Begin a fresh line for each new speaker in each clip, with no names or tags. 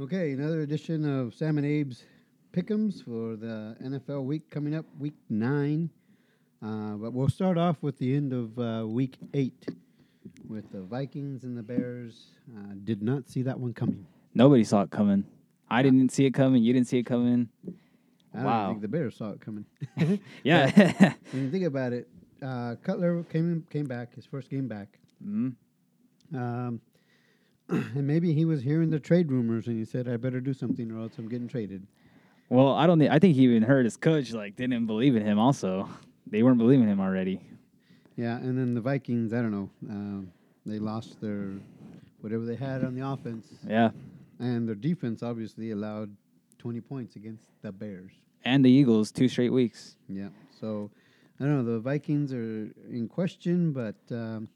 Okay, another edition of Sam and Abe's Pick'ems for the NFL week coming up, week nine. Uh, but we'll start off with the end of uh, week eight with the Vikings and the Bears. Uh, did not see that one coming.
Nobody saw it coming. I didn't see it coming. You didn't see it coming.
I don't
Wow.
think the Bears saw it coming.
Yeah.
When you think about it, uh, Cutler came came back his first game back,
mm.
um, and maybe he was hearing the trade rumors and he said, "I better do something or else I'm getting traded."
Well, I don't. Think, I think he even heard his coach like didn't believe in him. Also, they weren't believing him already.
Yeah, and then the Vikings, I don't know, um, they lost their whatever they had on the offense,
Yeah.
and their defense obviously allowed 20 points against the Bears.
And the Eagles two straight weeks.
Yeah, so I don't know. The Vikings are in question, but um,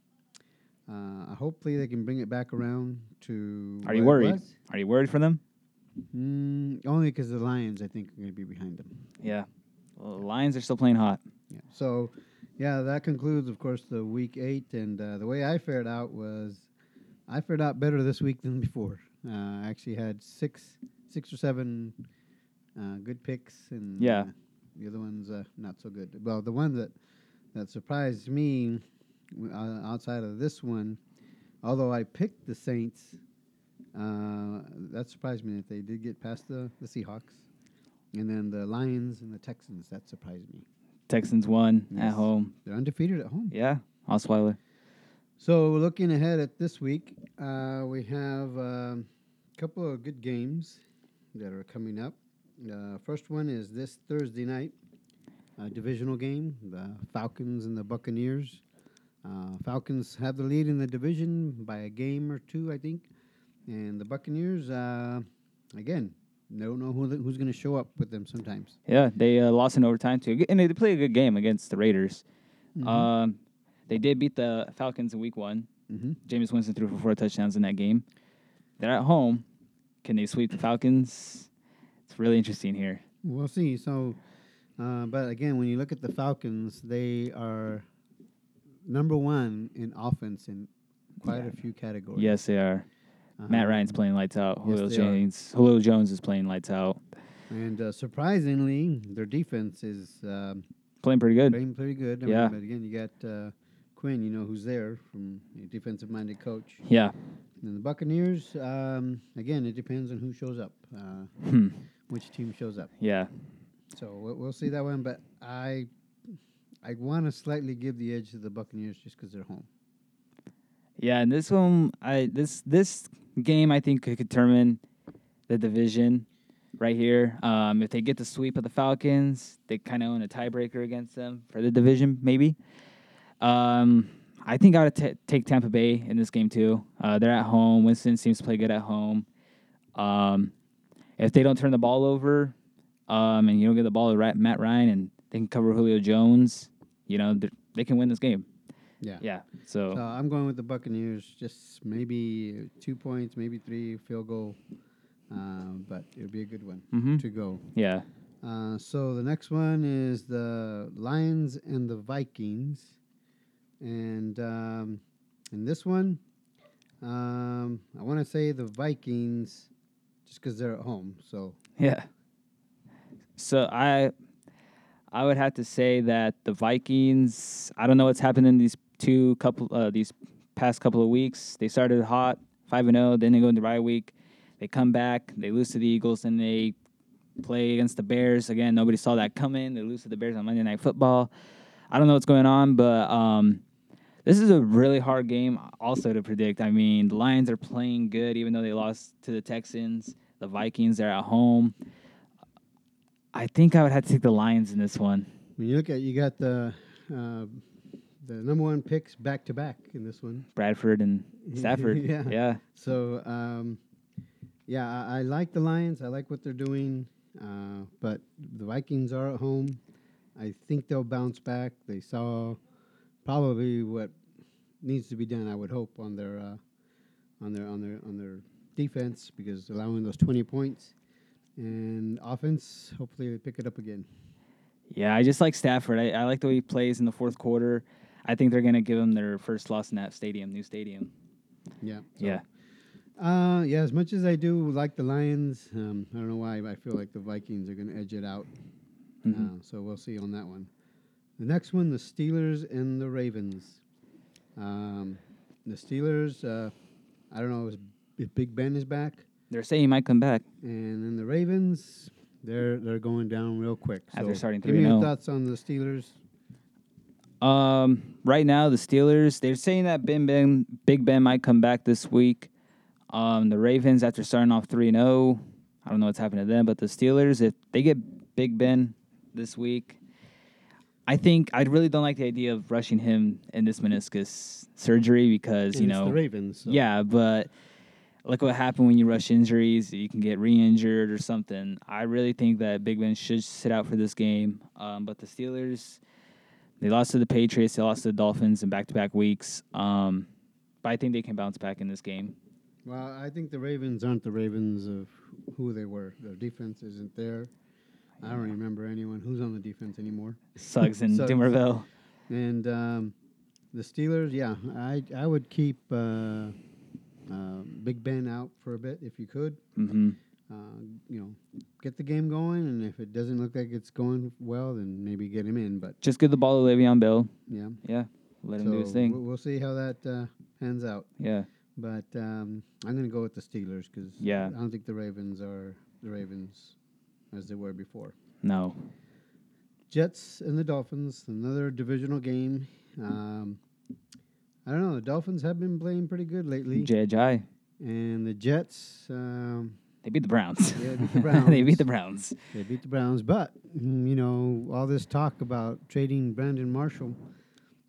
uh, hopefully they can bring it back around to.
Are you
what it
worried?
was.
Are you worried for them?
Mm, only because the Lions, I think, are going to be behind them.
Yeah. Well, the Lions are still playing hot.
Yeah. So, yeah, that concludes, of course, the week eight. And uh, the way I fared out was, I fared out better this week than before. Uh, I actually had six, six or seven uh, good picks, and
Yeah.
uh, the other ones uh, not so good. Well, the one that that surprised me w- uh, outside of this one, although I picked the Saints, uh, that surprised me that they did get past the, the Seahawks. And then the Lions and the Texans, that surprised me.
Texans won at
Yes.
home.
They're undefeated at home.
Yeah. Osweiler.
So looking ahead at this week, uh, we have um, a couple of good games that are coming up. Uh, first one is this Thursday night, a divisional game: the Falcons and the Buccaneers. Uh, Falcons have the lead in the division by a game or two, I think, and the Buccaneers, uh, again, don't know who the, who's going to show up with them sometimes.
Yeah. They uh, lost in overtime too, and they played a good game against the Raiders. Um, they did beat the Falcons in Week One.
hmm
James Winston threw for four touchdowns in that game. They're at home. Can they sweep the Falcons? It's really interesting here.
We'll see. So, uh, but again, when you look at the Falcons, they are number one in offense in quite a few categories. Uh-huh.
Yes, they are. Matt Ryan's playing lights out.
Yes,
Julio
they are.
Jones. Julio Jones is playing lights out.
And uh, surprisingly, their defense is um,
Playing pretty good.
playing pretty good. I mean,
Yeah.
but again, you got uh, Quinn, you know, who's there from a defensive minded coach.
Yeah.
And the Buccaneers, um, again, it depends on who shows up, uh,
Hmm.
which team shows up.
Yeah.
So we'll, we'll see that one. But I, I want to slightly give the edge to the Buccaneers just because they're home.
Yeah. And this one, I this this game, I think could determine the division right here. Um, if they get the sweep of the Falcons, they kind of own a tiebreaker against them for the division, maybe. Um, I think I would t- take Tampa Bay in this game too. Uh, they're at home. Winston seems to play good at home. Um, if they don't turn the ball over, um, and you don't get the ball to Ra- Matt Ryan, and they can cover Julio Jones, you know they're- they can win this game.
Yeah.
Yeah. So,
So I'm going with the Buccaneers. Just maybe two points, maybe three field goal, um, but it'll be a good one
Mhm.
to go.
yeah,
Uh, so the next one is the Lions and the Vikings, and um, in this one, um, I want to say the Vikings, just because they're at home. So
yeah. So I, I would have to say that the Vikings. I don't know what's happened in these two couple uh, these past couple of weeks. They started hot, five and zero. Then they go into bye week. They come back. They lose to the Eagles, and they play against the Bears again. Nobody saw that coming. They lose to the Bears on Monday Night Football. I don't know what's going on, but um, this is a really hard game also to predict. I mean, the Lions are playing good, even though they lost to the Texans. The Vikings are at home. I think I would have to take the Lions in this one.
when you look at, you got the uh, the number one picks back to back in this one.
Bradford and Stafford.
Yeah.
yeah.
So, um, yeah, I, I like the Lions. I like what they're doing, uh, but the Vikings are at home. I think they'll bounce back. They saw probably what needs to be done. I would hope on their uh, on their on their on their defense because allowing those twenty points and offense. Hopefully, they pick it up again.
Yeah, I just like Stafford. I, I like the way he plays in the fourth quarter. I think they're going to give him their first loss in that stadium, new stadium.
Yeah.
yeah.
Uh, yeah, as much as I do like the Lions, um, I don't know why, but I feel like the Vikings are going to edge it out.
Mhm.
Uh, so we'll see on that one. The next one, the Steelers and the Ravens. Um, the Steelers, uh, I don't know, is, if Big Ben is back,
They're saying he might come back.
and then the Ravens, they're they're going down real quick.
After starting oh.
give me your
3-0.
thoughts on the Steelers.
Um, right now the Steelers they're saying that Ben Ben Big Ben might come back this week. Um, the Ravens after starting off three and zero, I don't know what's happened to them, but the Steelers if they get Big Ben this week, I think I really don't like the idea of rushing him in this meniscus surgery because you
And it's
know
the Ravens. so-
yeah, but look what happened when you rush injuries. You can get re-injured or something. I really think that Big Ben should sit out for this game. Um, but the Steelers, they lost to the Patriots. They lost to the Dolphins in back-to-back weeks. Um, but I think they can bounce back in this game.
Well, I think the Ravens aren't the Ravens of who they were. Their defense isn't there. I don't remember anyone who's on the defense anymore.
Suggs and
Suggs.
Dumerville.
And um, the Steelers, yeah, I I would keep uh, uh, Big Ben out for a bit if you could.
hmm
Uh, you know, get the game going, and if it doesn't look like it's going well, then maybe get him in. But
Just give the ball to Le'Veon Bell.
yeah,
Yeah, let him do his
So
thing.
We'll, we'll see how that uh, pans out.
yeah,
But um, I'm going to go with the Steelers because
Yeah.
I don't think the Ravens are the Ravens as they were before.
no.
Jets and the Dolphins, another divisional game. Um, I don't know. The Dolphins have been playing pretty good lately,
JHI.
and the Jets um,
They beat the Browns.
Yeah, beat the
they
Browns.
beat the Browns.
they beat the Browns. But mm, you know, all this talk about trading Brandon Marshall,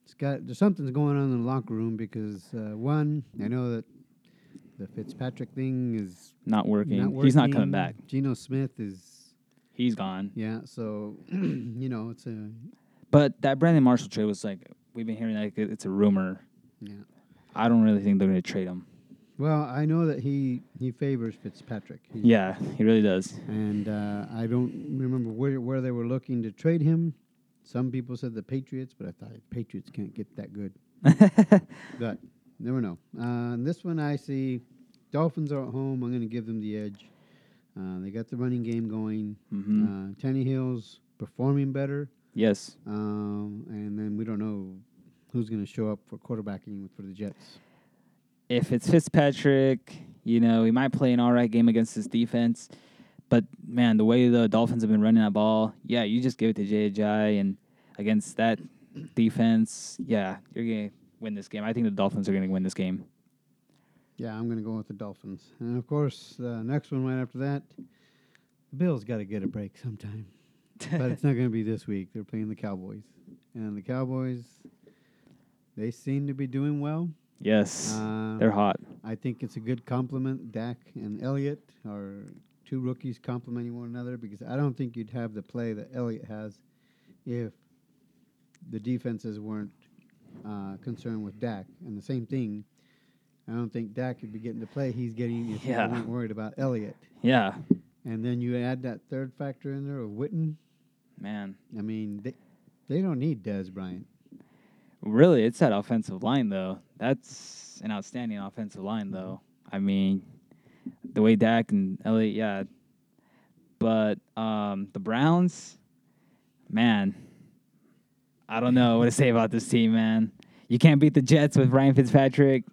it's got there's something's going on in the locker room because uh, one, I know that the Fitzpatrick thing is
Not working. He's not coming back.
working. Geno Smith is
He's gone.
yeah. So you know it's a
But that Brandon Marshall trade was like we've been hearing like it- it's a rumor.
yeah.
I don't really think they're going to trade him.
Well, I know that he he favors Fitzpatrick. He-
Yeah, he really does.
And uh, I don't remember where where they were looking to trade him. Some people said the Patriots, but I thought Patriots can't get that good. but never know. Uh, and this one I see, Dolphins are at home. I'm going to give them the edge. Uh, they got the running game going.
hmm
Uh, Tannehill's performing better.
yes,
Um, and then we don't know who's going to show up for quarterbacking for the Jets.
if it's Fitzpatrick, you know he might play an all right game against this defense. But man, the way the Dolphins have been running that ball, yeah, you just give it to JJ and against that defense, yeah, you're gonna win this game. I think the Dolphins are gonna win this game.
Yeah, I'm going to go with the Dolphins. And of course, uh, next one right after that, the Bills got to get a break sometime. but it's not going to be this week. They're playing the Cowboys. And the Cowboys, they seem to be doing well.
Yes,
Uh,
they're hot.
I think it's a good compliment. Dak and Elliott are two rookies complimenting one another because I don't think you'd have the play that Elliott has if the defenses weren't uh, concerned with Dak. And the same thing, I don't think Dak would be getting the play he's getting if
Yeah.
you weren't worried about Elliott.
Yeah,
And then you add that third factor in there of Witten.
man.
I mean, they, they don't need Dez Bryant.
Really, it's that offensive line though. That's an outstanding offensive line though. I mean, the way Dak and Elliott, yeah. But um, the Browns, man, I don't know what to say about this team, man. You can't beat the Jets with Ryan Fitzpatrick.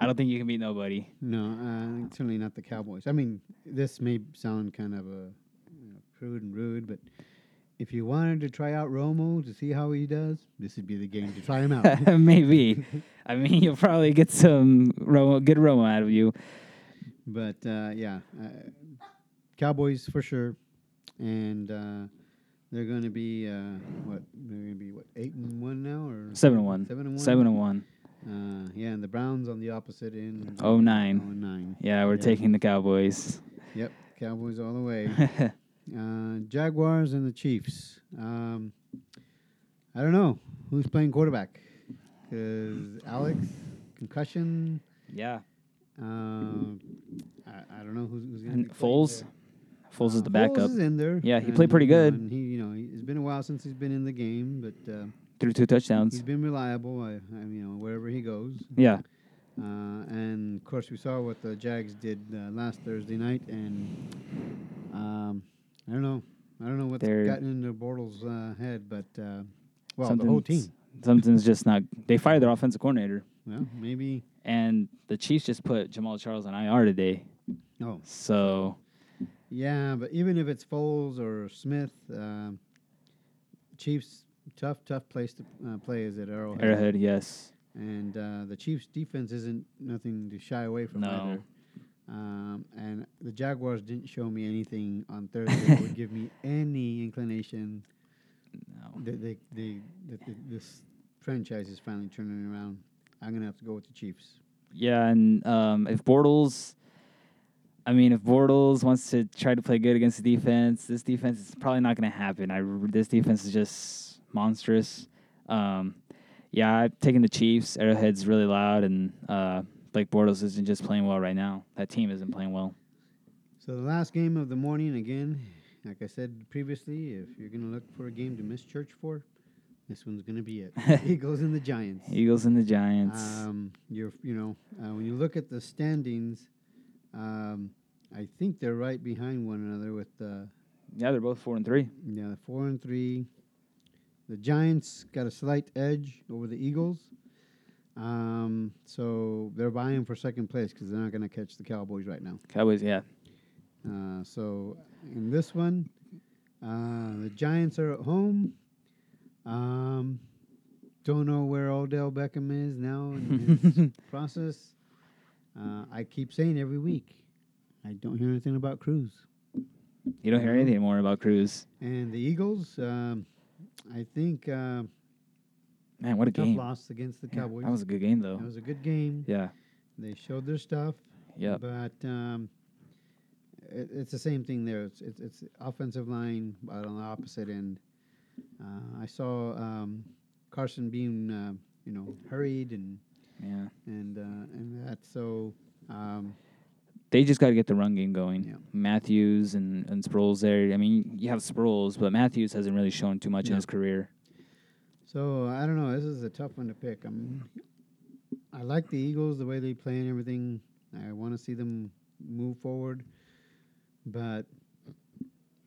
I don't think you can beat nobody.
No, uh, certainly not the Cowboys. I mean, this may sound kind of a you know, crude and rude, but if you wanted to try out Romo to see how he does, this would be the game to try him out.
Maybe. I mean, you'll probably get some Romo, good Romo out of you.
but uh, yeah, uh, Cowboys for sure, and uh, they're going to be uh, what they're going to be what eight and one now or
Seven and one.
Seven and one?
Seven and one.
Uh, yeah, and the Browns on the opposite end.
Oh nine.
Oh and nine.
Yeah, we're
Yeah.
taking the Cowboys.
Yep, Cowboys all the way. Uh, Jaguars and the Chiefs. Um, I don't know who's playing quarterback. Because Alex concussion.
yeah.
Um, I, I don't know who's, who's going
And
to
Foles, Foles is the
Foles
backup.
is in there.
Yeah, he
and,
played pretty
you know,
good.
and he, you know, he- it's been a while since he's been in the game, but uh,
Threw two
he's
touchdowns.
been reliable. I, I, you know, wherever he goes.
Yeah,
Uh, and of course, we saw what the Jags did uh, last Thursday night, and um, I don't know, I don't know what's
They're-
gotten into Bortles' uh, head, but uh, well, the whole
Something's-
team.
Something's just not. They fired their offensive coordinator,
Well, maybe
and the Chiefs just put Jamal Charles on IR today.
no.
So
oh, Yeah, but even if it's Foles or Smith, um, Chiefs tough, tough place to uh, play is at Arrowhead,
Arrowhead, yes,
and uh, the Chiefs defense isn't nothing to shy away from
No.
either. Um, and the Jaguars didn't show me anything on Thursday that would give me any inclination
no.
that they, they that th- this franchise is finally turning around. I'm gonna have to go with the Chiefs.
yeah, and um, if Bortles. I mean, if Bortles wants to try to play good against the defense, this defense is probably not going to happen. I r- this defense is just monstrous. Um, yeah, I've taken the Chiefs. Arrowhead's really loud, and uh, Blake Bortles isn't just playing well right now. That team isn't playing well.
So the last game of the morning again, like I said previously, if you're gonna look for a game to miss church for, this one's gonna be it. Eagles and the Giants.
Eagles and the Giants.
Um, you're you know uh, when you look at the standings, um, I think they're right behind one another with the
yeah, they're both four and three.
you know, four and three. The Giants got a slight edge over the Eagles. Um, so they're vying for second place because they're not going to catch the Cowboys right now.
Cowboys, yeah.
Uh, so in this one, uh, the Giants are at home. Um, don't know where Odell Beckham is now in his process. Uh, I keep saying every week, I don't hear anything about Cruz.
You don't hear
Mhm.
anything more about Cruz.
And the Eagles, um, I think uh,
Man, what a
tough
game.
loss against the
Yeah,
Cowboys.
that was a good game, though.
That was a good game.
yeah,
They showed their stuff,
yeah.
but um, it, it's the same thing there. It's it's, it's offensive line but on the opposite end. Uh, I saw um, Carson being uh, you know hurried and
Yeah.
and uh, and that so. Um,
They just got to get the run game going.
Yeah.
Matthews and, and Sproles there. I mean, you have Sproles, but Matthews hasn't really shown too much
No.
in his career.
So I don't know. This is a tough one to pick. I'm, I like the Eagles the way they play and everything. I want to see them move forward, but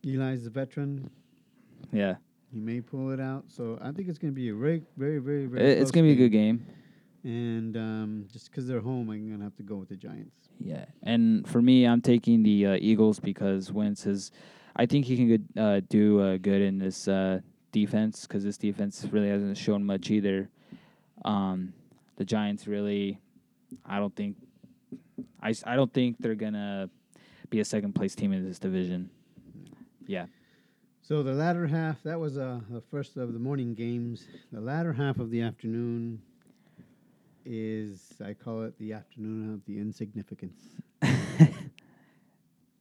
Eli's the veteran.
Yeah.
He may pull it out. So I think it's going to be a very, very, very,
I-
very.
it's going to be a good game.
good. And um, just because they're home, I'm going to have to go with the Giants.
Yeah. And for me, I'm taking the uh, Eagles because Wentz is, I think he can good, uh, do uh, good in this uh, defense because this defense really hasn't shown much either. Um, the Giants really, I don't think, I, s- I don't think they're gonna be a second place team in this division. Yeah.
So the latter half, that was uh, the first of the morning games. The latter half of the afternoon is, I call it the afternoon of the insignificance.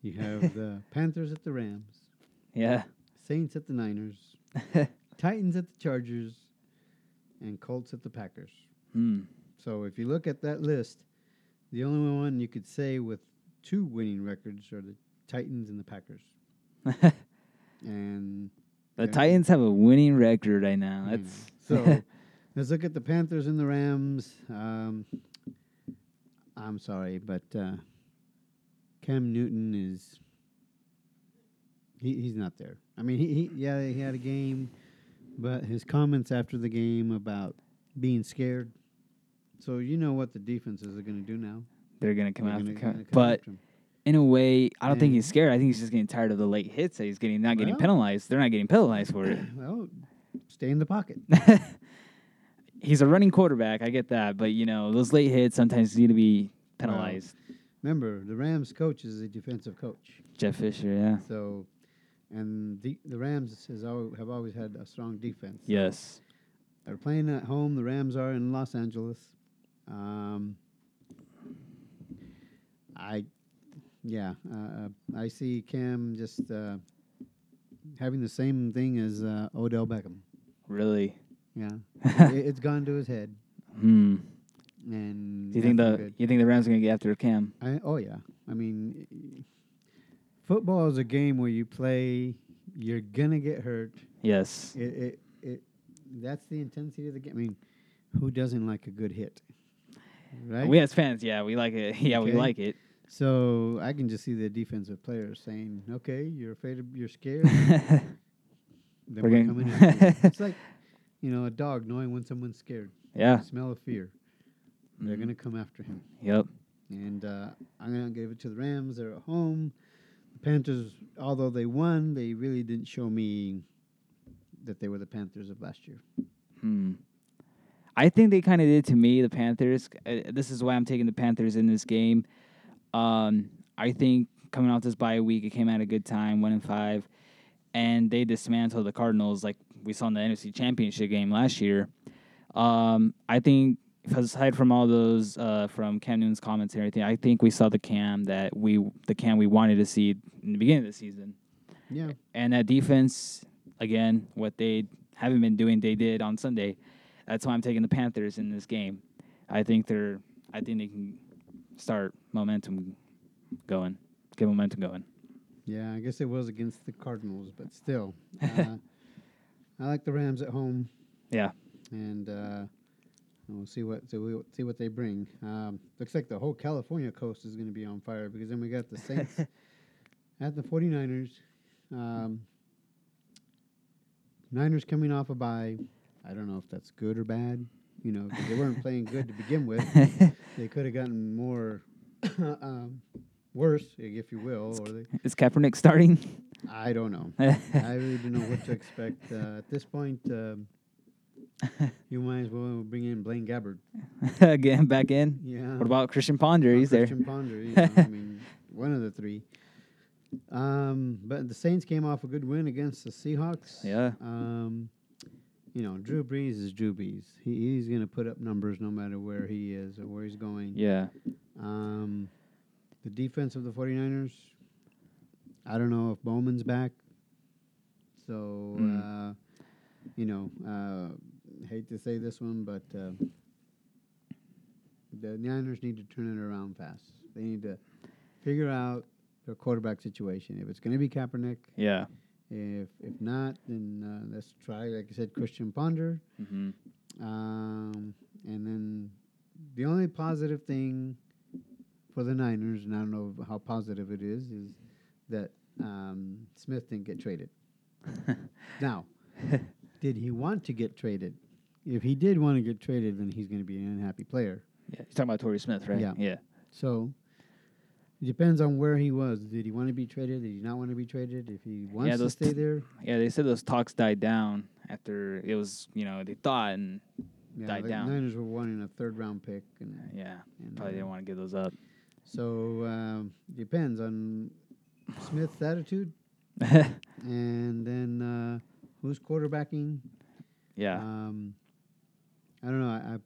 you have the Panthers at the Rams,
Yeah.
Saints at the Niners, Titans at the Chargers, and Colts at the Packers.
Hmm.
So if you look at that list, the only one you could say with two winning records are the Titans and the Packers. And
The
Yeah.
Titans have a winning record right now.
Mm.
That's
So let's look at the Panthers and the Rams. Um, I'm sorry, but uh, Cam Newton is he, he's not there. I mean, he, he yeah he had a game, but his comments after the game about being scared. So you know what the defenses are going to do now.
they're gonna come
They're
out.
gonna- gonna come
But
after him.
in a way, I don't think
Yeah.
he's scared. I think he's just getting tired of the late hits that he's getting. Not getting
Well.
penalized. They're not getting penalized for it.
well, stay in the pocket.
he's a running quarterback. I get that, but you know those late hits sometimes need to be penalized.
Remember, the Rams coach is a defensive coach.
Jeff Fisher, yeah,
So, and the the Rams has al- have always had a strong defense.
yes,
They're playing at home. The Rams are in Los Angeles. Um, I, yeah, uh, uh, I see Cam just uh, having the same thing as uh, Odell Beckham.
really.
Yeah, it, it's gone to his head.
Hmm.
And
Do you think
that's
the
not good.
you think the Rams are gonna get after Cam?
I, oh yeah, I mean, y- football is a game where you play. You're gonna get hurt.
Yes.
It, it, it, that's the intensity of the game. I mean, who doesn't like a good hit? right?
We as fans, Oh, yeah, we like it. Yeah, we
Okay.
like it.
so I can just see the defensive players saying, "Okay, you're afraid, of, you're scared. then
We're
we're,
getting-
coming after you." It's like you know a dog knowing when someone's scared.
yeah.
Smell of fear. They're
Mhm.
gonna come after him.
Yep.
And uh, I'm gonna give it to the Rams. They're at home. The Panthers, although they won, they really didn't show me that they were the Panthers of last year.
Hmm. I think they kind of did to me, the Panthers. Uh, this is why I'm taking the Panthers in this game. Um, I think coming off this bye week, it came at a good time, one and five, and they dismantled the Cardinals like we saw in the NFC Championship game last year. Um, I think aside from all those uh, from Cam Newton's comments and everything, I think we saw the Cam that we the Cam we wanted to see in the beginning of the season.
Yeah,
And that defense, again, what they haven't been doing, they did on Sunday. That's why I'm taking the Panthers in this game. I think they're. I think they can start momentum going, get momentum going.
yeah. I guess it was against the Cardinals, but still, uh, I like the Rams at home,
Yeah.
and uh, we'll see what so we'll see what they bring. Um, looks like the whole California coast is gonna be on fire because then we got the Saints at the 49ers. Um, Niners coming off a bye. I don't know if that's good or bad. You know, 'cause they weren't playing good to begin with. They could have gotten more um, worse, if you will, or they,
Is Kaepernick starting?
I don't know.
yeah.
I really don't know what to expect uh, at this point. Um, you might as well bring in Blaine Gabbard.
Again, back in.
Yeah.
What about Christian Ponder?
or
He's there.
Christian Ponder, you know, I mean, one of the three. Um, but the Saints came off a good win against the Seahawks.
Yeah.
Um, you know, Drew Brees is Drew Brees. He, he's going to put up numbers no matter where he is or where he's going.
Yeah.
Um, the defense of the 49ers, I don't know if Bowman's back. So,
Mm.
uh, you know, uh, hate to say this one, but uh, the Niners need to turn it around fast. They need to figure out their quarterback situation. If it's going to be Kaepernick,
Yeah.
if if not, then uh, let's try, like I said, Christian Ponder.
hmm
Um, and then the only positive thing for the Niners, and I don't know how positive it is, is that um, Smith didn't get traded. now, did he want to get traded? If he did want to get traded, then he's going to be an unhappy player.
Yeah. You're talking about Torrey Smith, right?
Yeah.
Yeah.
So it depends on where he was. Did he want to be traded? Did he not want to be traded? If he wants to
those
stay
t-
there,
Yeah. They said those talks died down after it was. You know, they thought and
yeah,
Died
the
down.
Niners were wanting a third round pick, and,
yeah,
and
probably
uh,
didn't want to give those up.
So um, depends on Smith's attitude, and then uh, who's quarterbacking.
yeah.
Um, I don't know.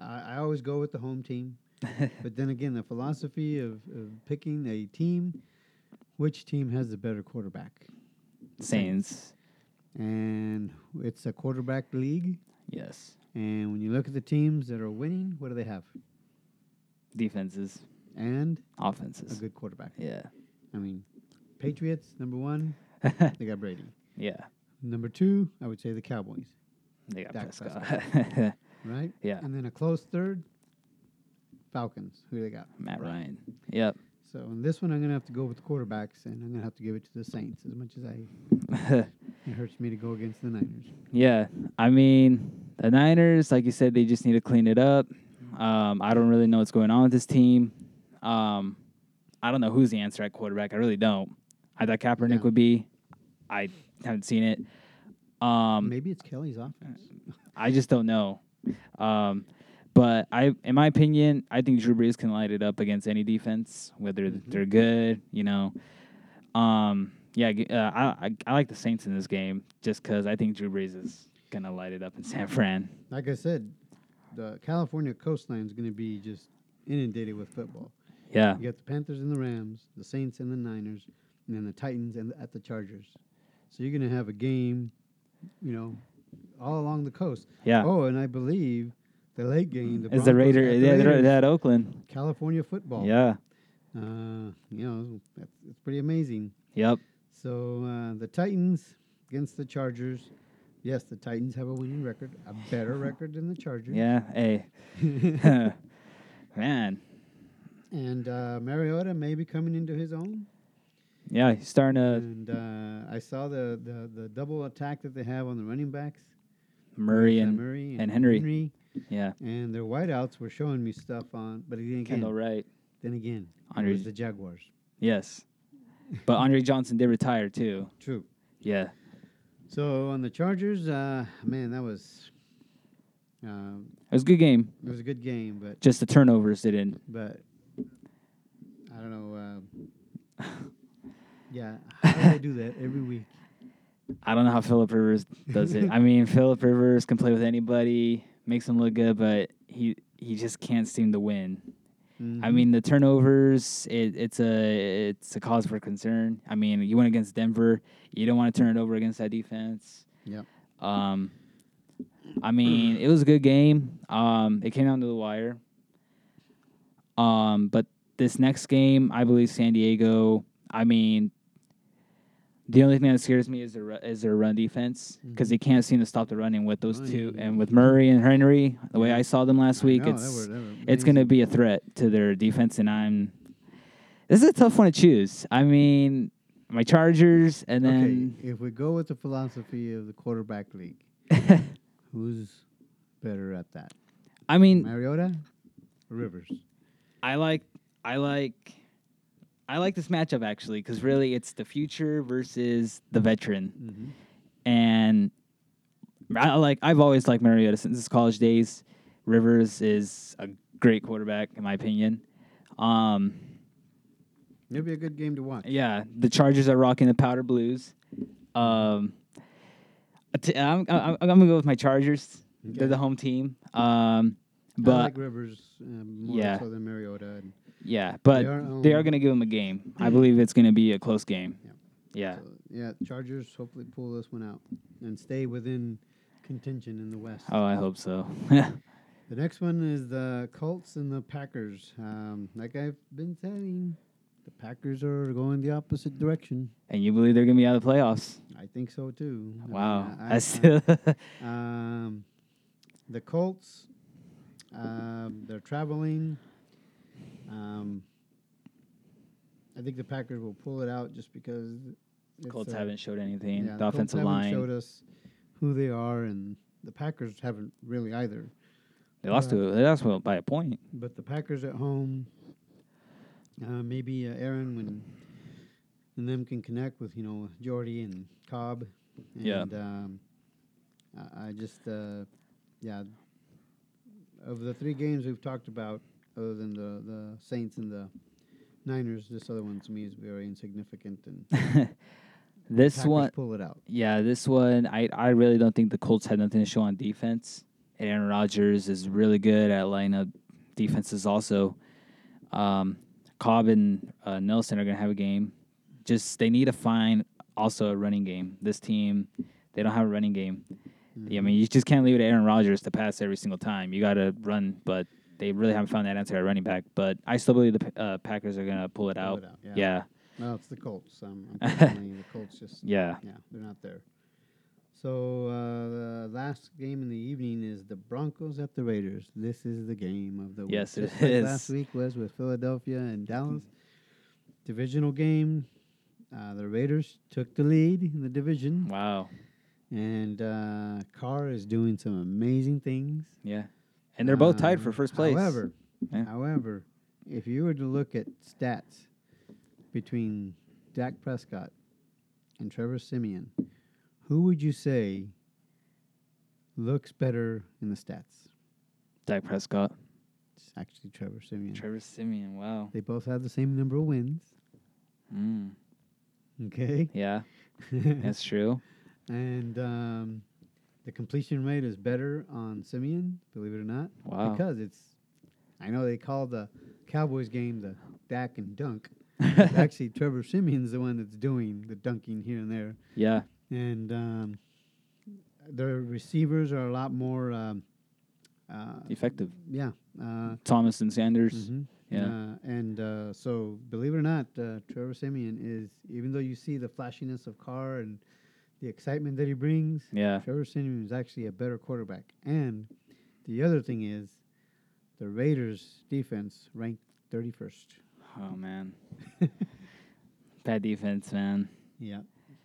I, I I always go with the home team, but then again, the philosophy of, of picking a team, which team has the better quarterback,
Saints.
and it's a quarterback league.
Yes.
And when you look at the teams that are winning, what do they have?
Defenses.
And a
Offenses.
good quarterback.
Yeah.
I mean, Patriots number one, they got Brady.
yeah.
Number two, I would say the Cowboys,
They got
Dak
Prescott.
right?
yeah.
And then a close third, Falcons, who they got.
Matt Ryan. Yep.
So in this one, I'm going to have to go with the quarterbacks, and I'm going to have to give it to the Saints as much as I. It hurts me to go against the Niners.
yeah. I mean, the Niners, like you said, they just need to clean it up. Um, I don't really know what's going on with this team. Um, I don't know who's the answer at quarterback. I really don't. I thought Kaepernick
Yeah.
would be. I haven't seen it. Um,
Maybe it's Kelly's offense.
I just don't know. Um, but I, in my opinion, I think Drew Brees can light it up against any defense, whether
Mhm.
they're good, you know. Um, yeah, g- uh, I, I I like the Saints in this game just because I think Drew Brees is gonna light it up in San Fran.
Like I said, the California coastline is going to be just inundated with football.
Yeah,
You got the Panthers and the Rams, the Saints and the Niners, and then the Titans and at the Chargers. So you're going to have a game, you know, all along the coast.
yeah.
Oh, and I believe the late game. The
is the
Broncos Oh.
Raider?
got the
Yeah, they're
Raiders.
at Oakland.
California football.
Yeah.
Uh, you know, that's, it's pretty amazing.
Yep.
So uh, the Titans against the Chargers. Yes, the Titans have a winning record, a better record than the Chargers.
Yeah, hey, man,
And uh, Mariota may be coming into his own.
yeah, he's starting to
and uh, I saw the, the, the double attack that they have on the running backs.
Murray
uh,
and
Murray
and Henry. yeah,
And their whiteouts were showing me stuff on, but then again,
Kendall Wright.
then again, it
Andre-
was the Jaguars.
Yes, but Andre Johnson did retire too.
True.
Yeah,
So on the Chargers, uh, man, that was um,
it was a good game.
it was a good game, but
Just the turnovers didn't.
but I don't know. Uh, yeah, how do they do that every week?
I don't know how Philip Rivers does it. I mean, Philip Rivers can play with anybody, makes them look good, but he he just can't seem to win. I
Mhm.
mean, the turnovers it, it's a it's a cause for concern. I mean, you went against Denver, you don't want to turn it over against that defense.
Yep.
Um, I mean, it was a good game. Um, it came down to the wire. Um, but this next game, I believe San Diego. I mean, the only thing that scares me is their ru- is their run defense
Mm-hmm.
because they can't seem to stop the running with those two
Right.
and with Murray and Henry. The way I saw them last
I
week,
know,
it's
that were- that were
it's going to
amazing.
be a threat to their defense, and I'm. This is a tough one to choose. I mean, my Chargers, and then
okay. If we go with the philosophy of the quarterback league, who's better at that,
I mean,
Mariota or Rivers?
I like, I like, I like this matchup actually because really it's the future versus the veteran,
Mm-hmm.
and I like I've always liked Mariota since his college days. Rivers is a great quarterback in my opinion. Um,
It'll be a good game to watch.
Yeah, the Chargers are rocking the powder blues. Um, t- I'm, I'm, I'm gonna go with my Chargers.
Okay.
They're the home team. Um, but
I like Rivers um, more
Yeah.
so than Mariota. And
yeah, but
They
they
are
are,
owned.
gonna give them a game. I believe it's gonna be a close game.
Yeah.
Yeah,
So, yeah, Chargers hopefully pull this one out and stay within contention in the West.
Oh, I hope so.
The next one is the Colts and the Packers. Um, like I've been saying, the Packers are going the opposite direction.
and you believe they're gonna be out of the playoffs?
I think so too. I mean,
Wow,
I- I-
that's still
Um, the Colts, um, they're traveling. Um, I think the Packers will pull it out just because it's,
Colts
uh,
haven't showed anything.
yeah,
the
Colts
offensive
haven't
line,
showed us who they are, and the Packers haven't really either.
they lost to they lost by a point.
But the Packers at home, uh, maybe uh, Aaron when and them can connect with you know Jordy and Cobb. And,
Yeah.
Um, I, I just uh, yeah. Of the three games we've talked about, other than the the Saints and the Niners, this other one to me is very insignificant. And the
This
Packers
one,
pull it out.
Yeah, this one I, I really don't think the Colts had nothing to show on defense. Aaron Rodgers is really good at lining up defenses. Also, um, Cobb and uh, Nelson are gonna have a game. Just they need to find also a running game. This team they don't have a running game. Yeah, I mean you just can't leave it to Aaron Rodgers to pass every single time. You gotta run, but they really haven't found that answer at running back. But I still believe the uh, Packers are gonna pull it
Pull
out.
it out, yeah.
yeah. yeah,
No, it's the Colts. Um, unfortunately, the Colts just Yeah, they're not there. So uh, the last game in the evening is the Broncos at the Raiders. This is the game of the week.
Yes, it
Just like
is.
Last week was with Philadelphia and Dallas. Divisional game. Uh, the Raiders took the lead in the division,
Wow.
and uh, Carr is doing some amazing things.
Yeah. And they're both tied
Um,
for first place.
However,
Yeah.
however, if you were to look at stats between Dak Prescott and Trevor Simeon, who would you say looks better in the stats?
Dak Prescott.
It's actually Trevor Simeon.
Trevor Simeon. Wow.
they both have the same number of wins.
Mm.
Okay.
Yeah,
Mm-hmm.
that's true.
and um, the completion rate is better on Simeon, believe it or not.
Wow.
Because it's, I know they call the Cowboys game the Dak and Dunk. but actually, Trevor Simeon's the one that's doing the dunking here and there.
yeah.
And um, their receivers are a lot more, um, uh,
Effective.
yeah. Uh,
Thomas and Sanders.
mhm.
Yeah.
Uh, and uh, so, believe it or not, uh, Trevor Simeon is, even though you see the flashiness of Carr and the excitement that he brings.
Yeah.
Trevor Simeon is actually a better quarterback. And the other thing is, the Raiders defense ranked 31st.
Oh man. Bad defense, man.
Yeah.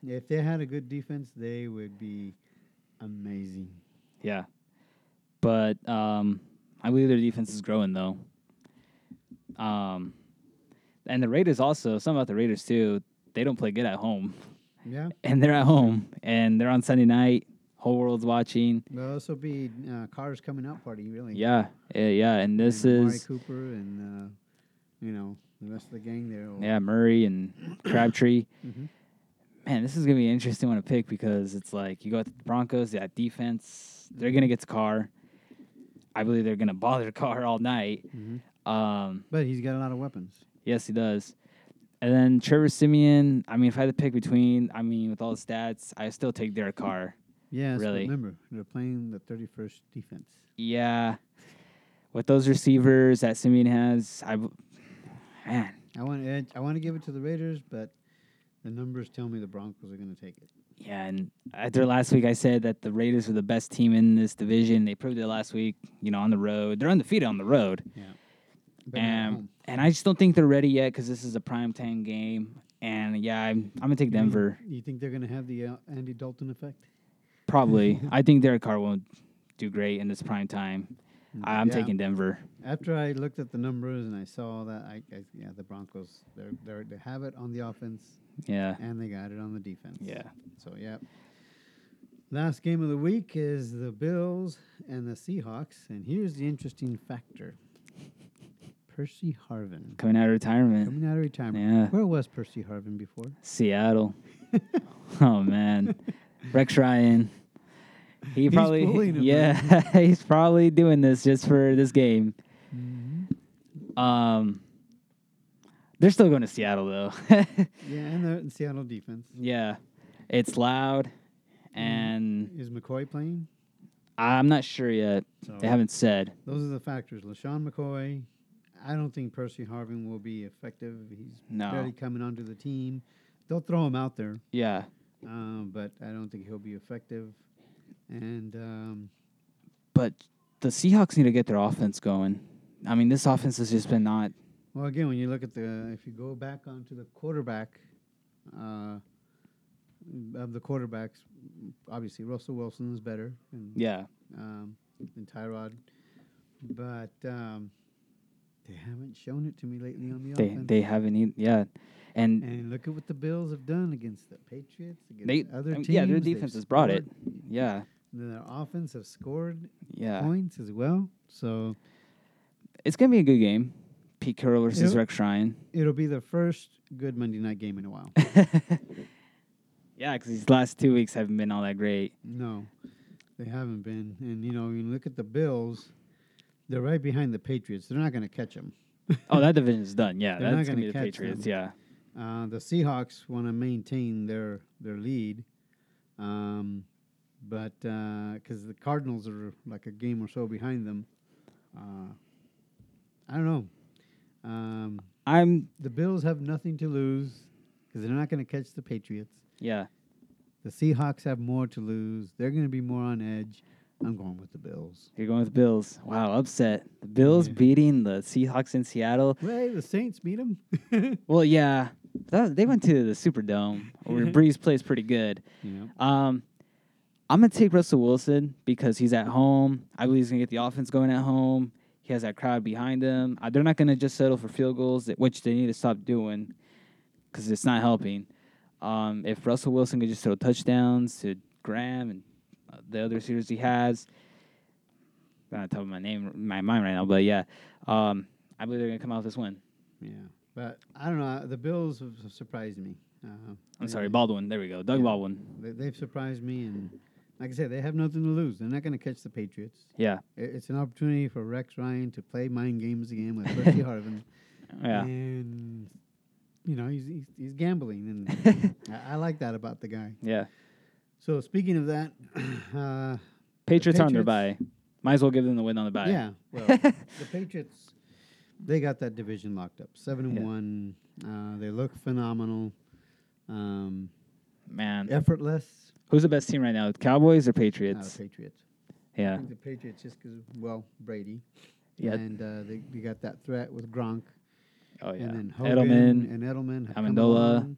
If they had a good defense, they would be amazing.
Yeah. But um, I believe their defense is growing though. Um, and the Raiders also. Something about the Raiders too. They don't play good at home,
Yeah.
and they're at home, and they're on Sunday night. Whole world's watching.
There'll also be uh, cars coming out party, really.
Yeah, eh, yeah.
And
And this
Amari
is
Cooper and, uh, you know, the rest of the gang there. will-
yeah Murray and Crabtree.
Mhm.
Man, this is gonna be an interesting one to pick because it's like you go at the Broncos. That defense, they're gonna get to Carr. I believe they're gonna bother Carr all night.
Mhm.
Um,
But he's got a lot of weapons.
Yes, he does. And then Trevor Simeon, I mean, if I had to pick between, I mean, with all the stats, I still take Derek Carr.
Yes. but
Really.
Remember, they're playing the 31st defense.
Yeah. With those receivers that Simeon has, I, w- man,
I want edge. I want to give it to the Raiders, but the numbers tell me the Broncos are going to take it.
yeah. And after last week, I said that the Raiders were the best team in this division. They proved it last week, you know, on the road. They're undefeated on the road.
But not at
And,
home.
and I just don't think they're ready yet because this is a prime time game. And yeah, I'm, I'm going to take
You mean-
Denver.
You think they're going to have the uh, Andy Dalton effect?
Probably. I think Derek Carr won't do great in this prime time. I- I'm
Yeah.
taking Denver.
After I looked at the numbers and I saw that, I, I yeah, the Broncos they're, they're, they have it on the offense
Yeah.
and they got it on the defense.
Yeah.
So yeah. Last game of the week is the Bills and the Seahawks, and here's the interesting factor: Percy Harvin
Coming out of retirement.
coming out of retirement.
Yeah.
Where was Percy Harvin before?
Seattle. oh man. Rex Ryan. He
He's
probably
bullying him,
Yeah, he's probably doing this just for this game.
Mm-hmm.
Um They're still going to Seattle though.
Yeah, and the Seattle defense.
yeah. It's loud and
Is McCoy playing?
I'm not sure yet.
So
They haven't said.
Those are the factors. LaShawn McCoy. I don't think Percy Harvin will be effective. He's
No.
barely coming onto the team. They'll throw him out there,
Yeah.
um, but I don't think he'll be effective. And um,
But the Seahawks need to get their offense going. I mean, this offense has just been not
well, again, when you look at the, if you go back onto the quarterback uh, of the quarterbacks, obviously Russell Wilson is better. And
Yeah.
um, than Tyrod, but um, they haven't shown it to me lately on the
They
offense.
they haven't eaten yeah. And
and look at what the Bills have done against the Patriots, against
they
other
I mean,
teams.
yeah, their
They've
defense has brought it.
scored,
Yeah.
and their offense have scored
Yeah.
points as well. So
It's gonna be a good game. Pete Carroll versus
Yep.
Rex Ryan.
it'll be the first good Monday night game in a while.
yeah, because these last two weeks haven't been all that great.
no, they haven't been. And you know, you look at the Bills. They're right behind the Patriots. They're not going to catch them.
Oh, that division's done. Yeah,
They're not
that's gonna be
gonna
the
catch
Patriots.
them.
Yeah.
Uh, the Seahawks want to maintain their their lead, um, but because the Cardinals are like a game or so behind them, uh, I don't know. Um,
I'm
the Bills have nothing to lose because they're not going to catch the Patriots.
yeah.
The Seahawks have more to lose. They're going to be more on edge. I'm going with the Bills.
You're going with Bills. Wow, upset. The Bills
Yeah.
beating the Seahawks in Seattle.
Well, hey, the Saints beat them.
Well, yeah. That, they went to the Superdome where Breeze plays pretty good.
yeah.
Um, I'm gonna take Russell Wilson because he's at home. I believe he's gonna get the offense going at home. He has that crowd behind him. Uh, they're not gonna just settle for field goals, that- which they need to stop doing because it's not helping. Um, if Russell Wilson could just throw touchdowns to Graham and uh, the other receivers he has, I'm not top of my name, my mind right now, but yeah, um, I believe they're gonna come out with this win.
Yeah. But I don't know. The Bills have have surprised me. Uh,
I'm sorry,
they-
Baldwin. There we go, Doug
Yeah.
Baldwin.
They, they've surprised me, and like I said, they have nothing to lose. They're not going to catch the Patriots.
Yeah,
I- It's an opportunity for Rex Ryan to play mind games again with Percy Harvin,
yeah.
and you know he's he's, he's gambling, and I, I like that about the guy.
Yeah.
So speaking of that, uh,
Patriots, are on their bye.
Patriots-
Might as well give them the win on the bye.
yeah, well, the Patriots they got that division locked up, seven and
Yeah.
one. Uh, they look phenomenal. Um,
man.
Effortless.
Who's the best team right now? Cowboys or Patriots?
It's Patriots. I
yeah.
think the Uh, Patriots just because well Brady.
Yeah.
And uh, they, they got that threat with Gronk
Oh yeah.
and then Hogan
Edelman,
and Edelman. have come
Amendola.
along.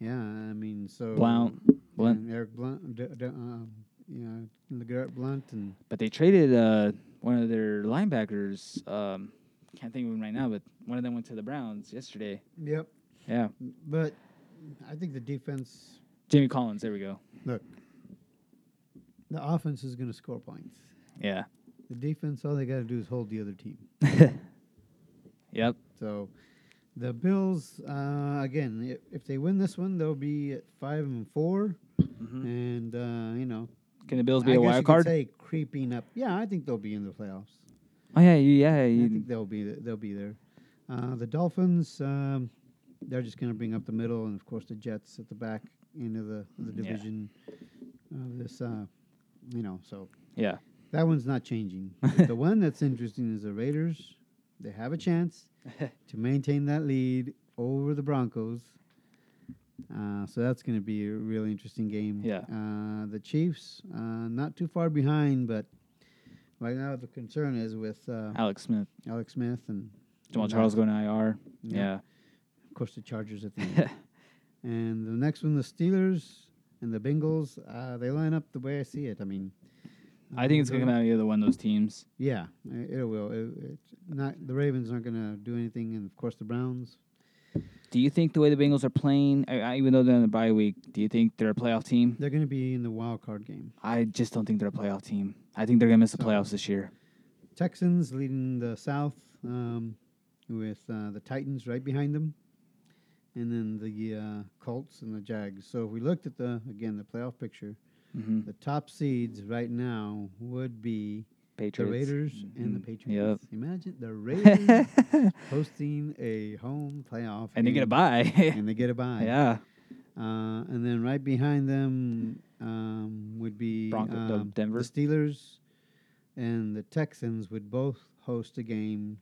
Yeah, I mean so
Blount, Blunt.
and Eric Blunt, d- d- um, you know Legarrette Blunt and
But they traded uh, one of their linebackers. Um, can't think of him right now, but one of them went to the Browns yesterday.
yep.
Yeah.
But I think the defense,
Jimmy Collins. There we go.
the offense is going to score points.
Yeah.
The defense, all they got to do is hold the other team.
Yep.
So the Bills, uh, again, if, if they win this one, they'll be at five and 4
Mhm.
and uh, you know,
Can the Bills
I
be a
guess you
wild
could
card?
say creeping up. Yeah, I think they'll be in the playoffs.
Oh yeah. You, yeah.
I
You,
think they'll be th- they'll be there. Uh, the Dolphins, um, they're just going to bring up the middle, and of course the Jets at the back end of the the
Yeah.
division of this. Uh, you know, so
yeah.
that one's not changing. the one that's interesting is the Raiders. They have a chance to maintain that lead over the Broncos. Uh, so that's going to be a really interesting game.
Yeah.
Uh, the Chiefs, uh, not too far behind, but right now the concern is with uh,
Alex Smith,
Alex Smith and
Jamal
Yeah.
Charles going to IR.
Yeah.
Yeah.
of course the Chargers at the end. and the next one, the Steelers and the Bengals. Uh, they line up the way I see it. I mean,
I think it's
uh,
going to come out of either one of those teams.
Yeah, i- it will. It, it's not the Ravens aren't going to do anything, and of course the Browns.
Do you think the way the Bengals are playing, uh, uh, even though they're on the bye week, do you think they're a playoff team?
They're going to be in the wild card game.
I just don't think they're a playoff team. I think they're going to miss the
So-
playoffs this year.
Texans leading the South um, with uh, the Titans right behind them, and then the uh, Colts and the Jags. So if we looked at the again the playoff picture,
hmm
the top seeds right now would be the
Patriots.
Raiders and the
Mhm.
Patriots. Imagine the Raiders hosting a home playoff,
and they get a
game,
bye.
And they get a bye.
yeah.
Uh, and then right behind them um, would be
Bronco- the
um,
Denver?
the Steelers, and the Texans would both host a game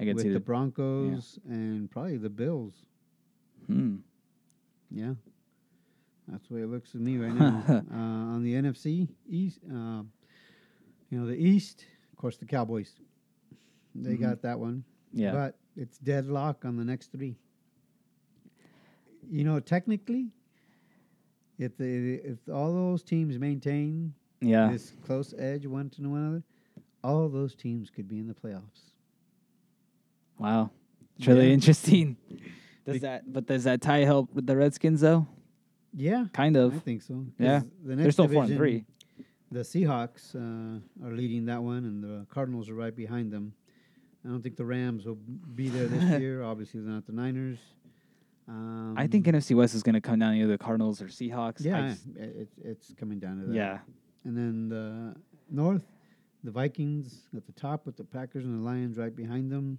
I can
with
see
the
the.
Broncos and probably the Bills.
Hmm.
Yeah, that's the way it looks to me right now. uh, on the NFC East, uh, you know the East, of course, the Cowboys. They
Mhm.
got that one.
Yeah.
But it's deadlock on the next three. You know, technically, if the if all those teams maintain
yeah.
this close edge one to one another, all those teams could be in the playoffs.
Wow. It's really
Yeah.
interesting. Does
Be-
that but does that tie help with the Redskins though?
Yeah,
Kind
I
of.
think so. 'Cause
Yeah.
the
They're
next
still four and
division,
three.
The Seahawks uh, are leading that one, and the Cardinals are right behind them. I don't think the Rams will be there this year. Obviously, they're not the Niners. Um,
I think NFC West is going to come down to either the Cardinals or Seahawks. I
yeah,
just-
it, it's- it's coming down to that.
yeah.
And then the north, the Vikings at the top with the Packers and the Lions right behind them.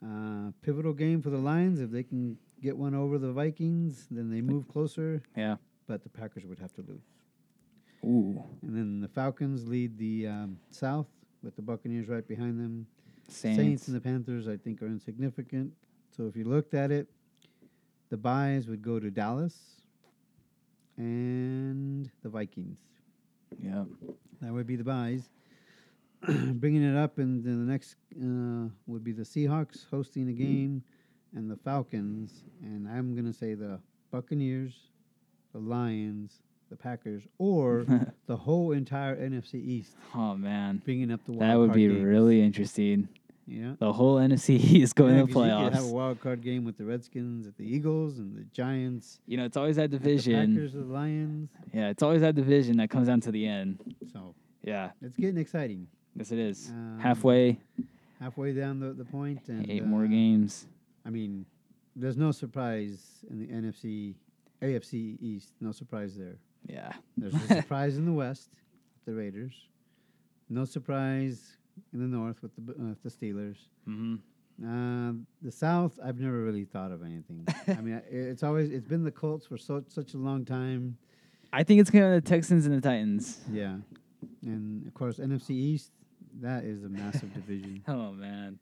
Uh, pivotal game for the Lions. If they can get one over the Vikings, then they move closer,
Yeah.
but the Packers would have to lose.
Ooh.
And then the Falcons lead the um, south with the Buccaneers right behind them.
Saints.
and the Panthers, I think, are insignificant. So if you looked at it, the buys would go to Dallas and the Vikings.
yeah.
That would be the buys. Bringing it up, and then the next uh, would be the Seahawks hosting a
Mm.
game, and the Falcons, and I'm gonna say the Buccaneers, the Lions, the Packers, or the whole entire NFC East.
Oh man.
Bringing up the wild
That would
card
be
games.
really interesting.
yeah.
The whole NFC is going
Yeah,
to the
'cause You could have a
playoffs.
wild card game with the Redskins, at the Eagles, and the Giants,
You know, it's always that
at the
division.
Packers, the Lions.
Yeah, it's always that division that comes down to the end.
So
Yeah,
it's getting exciting.
yes, it is.
Um,
Halfway,
halfway down the, the point, and
eight more
uh,
games.
I mean, there's no surprise in the NFC, AFC East. No surprise there.
Yeah,
There's a surprise in the West, the Raiders. No surprise in the North with the B- uh, the Steelers.
hmm
Uh, the South, I've never really thought of anything. I mean, I- it's always it's been the Colts for so such a long time.
I think it's going to the Texans and the Titans.
Yeah, and of course NFC East. That is a massive division.
Oh man,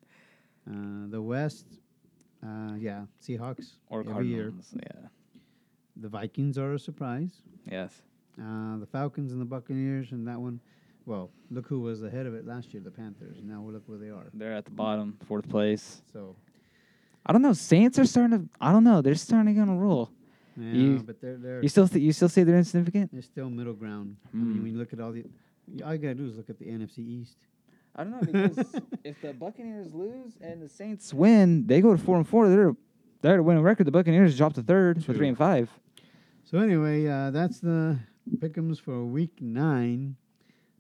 Uh, the West, uh, yeah, Seahawks
or
every year.
Cardinals. Yeah,
The Vikings are a surprise.
Yes.
Uh, the Falcons and the Buccaneers, and that one, well, look who was ahead of it last year, the Panthers. Now look where they are.
They're at the bottom, fourth place.
So,
I don't know. Saints are starting to. I don't know. They're starting to get on a roll.
yeah,
You-
but they're they're
You still, th- you still say they're insignificant?
they're still middle ground. I mean,
Hmm.
when you look at all the, y- all you gotta do is look at the NFC East.
I don't know because if the Buccaneers lose and the Saints win, they go to four and four. They're they're at a winning record. The Buccaneers dropped to third for
True.
three and five.
So anyway, uh, that's the pickems for week nine.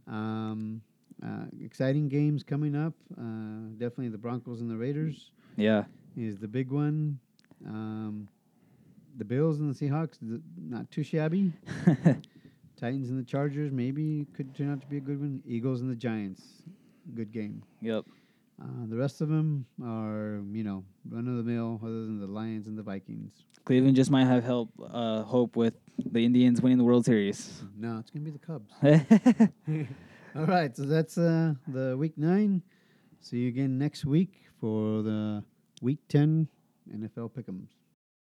Um, uh, exciting games coming up. Uh, definitely the Broncos and the Raiders
Yeah.
is the big one. Um, the Bills and the Seahawks, th- not too shabby. Titans and the Chargers maybe could turn out to be a good one. Eagles and the Giants, good game.
yep.
Uh, the rest of them are you know run of the mill, other than the Lions and the Vikings.
Cleveland just might have help uh, hope with the Indians winning the World Series.
No, it's gonna be the Cubs.
Bye.
All right, so that's uh, the week nine. See you again next week for the week ten NFL Pick'ems.